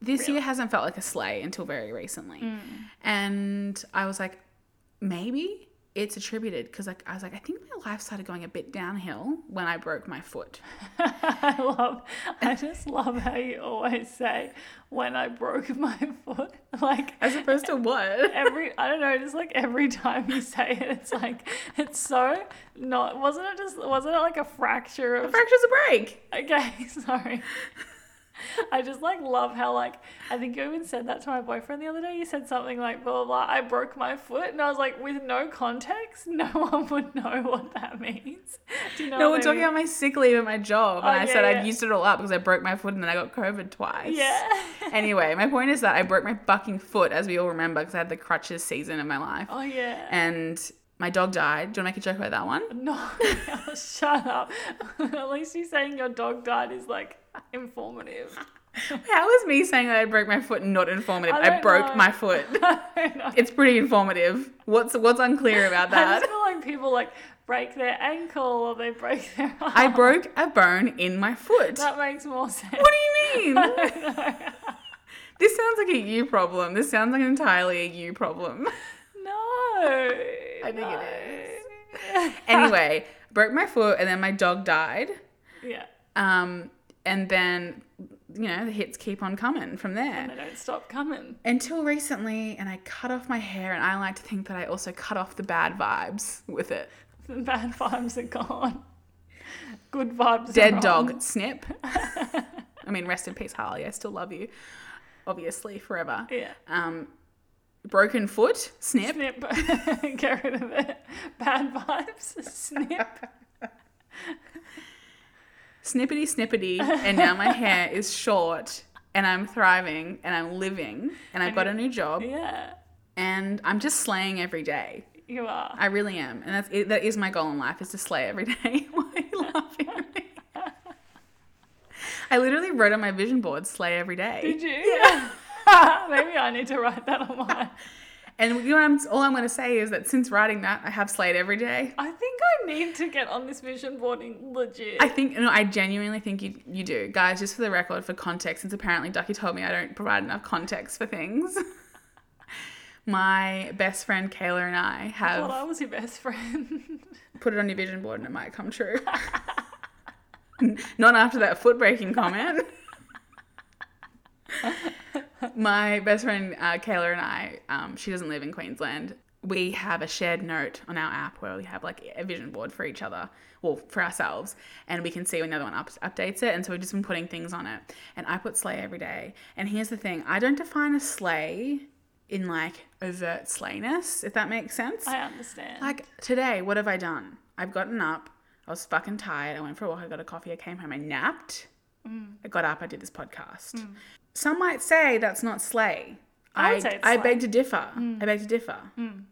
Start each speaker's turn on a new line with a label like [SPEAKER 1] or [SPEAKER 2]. [SPEAKER 1] this year hasn't felt like a sleigh until very recently.
[SPEAKER 2] Mm.
[SPEAKER 1] And I was like, maybe it's attributed because like I was like, I think my life started going a bit downhill when I broke my foot.
[SPEAKER 2] I love, I just love how you always say, when I broke my foot. Like,
[SPEAKER 1] As opposed to what?
[SPEAKER 2] every, I don't know, just like every time you say it, it's like, it's so not, wasn't it just, wasn't it like a fracture of,
[SPEAKER 1] Fracture's a break.
[SPEAKER 2] okay, sorry. I just like love how, like, I think you even said that to my boyfriend the other day. You said something like, blah, blah, blah, I broke my foot. And I was like, with no context, no one would know what that means. Do you know
[SPEAKER 1] No, we're
[SPEAKER 2] what I
[SPEAKER 1] talking
[SPEAKER 2] mean?
[SPEAKER 1] about my sick leave at my job. And
[SPEAKER 2] Oh,
[SPEAKER 1] I
[SPEAKER 2] yeah,
[SPEAKER 1] said
[SPEAKER 2] yeah.
[SPEAKER 1] I'd used it all up because I broke my foot and then I got COVID twice.
[SPEAKER 2] Yeah.
[SPEAKER 1] anyway, my point is that I broke my fucking foot, as we all remember, because I had the crutches season of my life.
[SPEAKER 2] Oh yeah.
[SPEAKER 1] And my dog died. Do you want to make a joke about that one?
[SPEAKER 2] no, shut up. At least you saying your dog died is like informative.
[SPEAKER 1] How was me saying that I broke my foot not informative?
[SPEAKER 2] I
[SPEAKER 1] I,
[SPEAKER 2] don't
[SPEAKER 1] broke
[SPEAKER 2] know.
[SPEAKER 1] my foot.
[SPEAKER 2] I know.
[SPEAKER 1] It's pretty informative. What's what's unclear about
[SPEAKER 2] I
[SPEAKER 1] that?
[SPEAKER 2] just feel like people like break their ankle or they break their arm.
[SPEAKER 1] I broke a bone in my foot.
[SPEAKER 2] That makes more sense.
[SPEAKER 1] what do you mean?
[SPEAKER 2] I know.
[SPEAKER 1] this sounds like a you problem. This sounds like an entirely a you problem.
[SPEAKER 2] no.
[SPEAKER 1] I think it
[SPEAKER 2] no.
[SPEAKER 1] is. anyway, broke my foot and then my dog died.
[SPEAKER 2] Yeah.
[SPEAKER 1] Um, and then, you know, the hits keep on coming from
[SPEAKER 2] And they
[SPEAKER 1] there.
[SPEAKER 2] don't stop coming.
[SPEAKER 1] Until recently, and I cut off my hair, and I like to think that I also cut off the bad vibes with it.
[SPEAKER 2] The bad vibes are gone. Good vibes. are
[SPEAKER 1] Dead
[SPEAKER 2] on.
[SPEAKER 1] dog, snip. I mean, rest in peace, Harley. I still love you, obviously, forever.
[SPEAKER 2] Yeah.
[SPEAKER 1] Um, broken foot, snip.
[SPEAKER 2] Snip. Get rid of it. Bad vibes. Snip.
[SPEAKER 1] snippity snippity and now my hair is short and i'm thriving and i'm living and i've got a new job
[SPEAKER 2] Yeah.
[SPEAKER 1] and i'm just slaying every day
[SPEAKER 2] You are.
[SPEAKER 1] i really am and that's it, that is my goal in life is to slay every day why are you laughing at me? i literally wrote on my vision board slay every day
[SPEAKER 2] Did you? Maybe I need to write that on mine.
[SPEAKER 1] and you know what I'm, all i'm going to say is that since writing that i have slayed every day
[SPEAKER 2] I think I need to get on this vision boarding legit.
[SPEAKER 1] I think no, I genuinely think you you do, guys. Just for the record, for context, since apparently Ducky told me I don't provide enough context for things. My best friend Kayla and I
[SPEAKER 2] well, I
[SPEAKER 1] have
[SPEAKER 2] was your best friend.
[SPEAKER 1] put it on your vision board, and it might come true. Not after that foot breaking comment. My best friend uh, Kayla and I, um, she doesn't live in Queensland. We have a shared note on our app where we have like a vision board for each other, well, for ourselves, and we can see when the other one up- updates it. And so we've just been putting things on it. And I put sleigh every day. And here's the thing I don't define a sleigh in like overt slayness, if that makes sense.
[SPEAKER 2] I understand.
[SPEAKER 1] Like today, what have I done? I've gotten up. I was fucking tired. I went for a walk. I got a coffee. I came home. I napped.
[SPEAKER 2] Mm.
[SPEAKER 1] I got up. I did this podcast. Some might say that's not slay.
[SPEAKER 2] I would Mm. say it's
[SPEAKER 1] I
[SPEAKER 2] slay. Mm.
[SPEAKER 1] beg to differ. I beg to differ.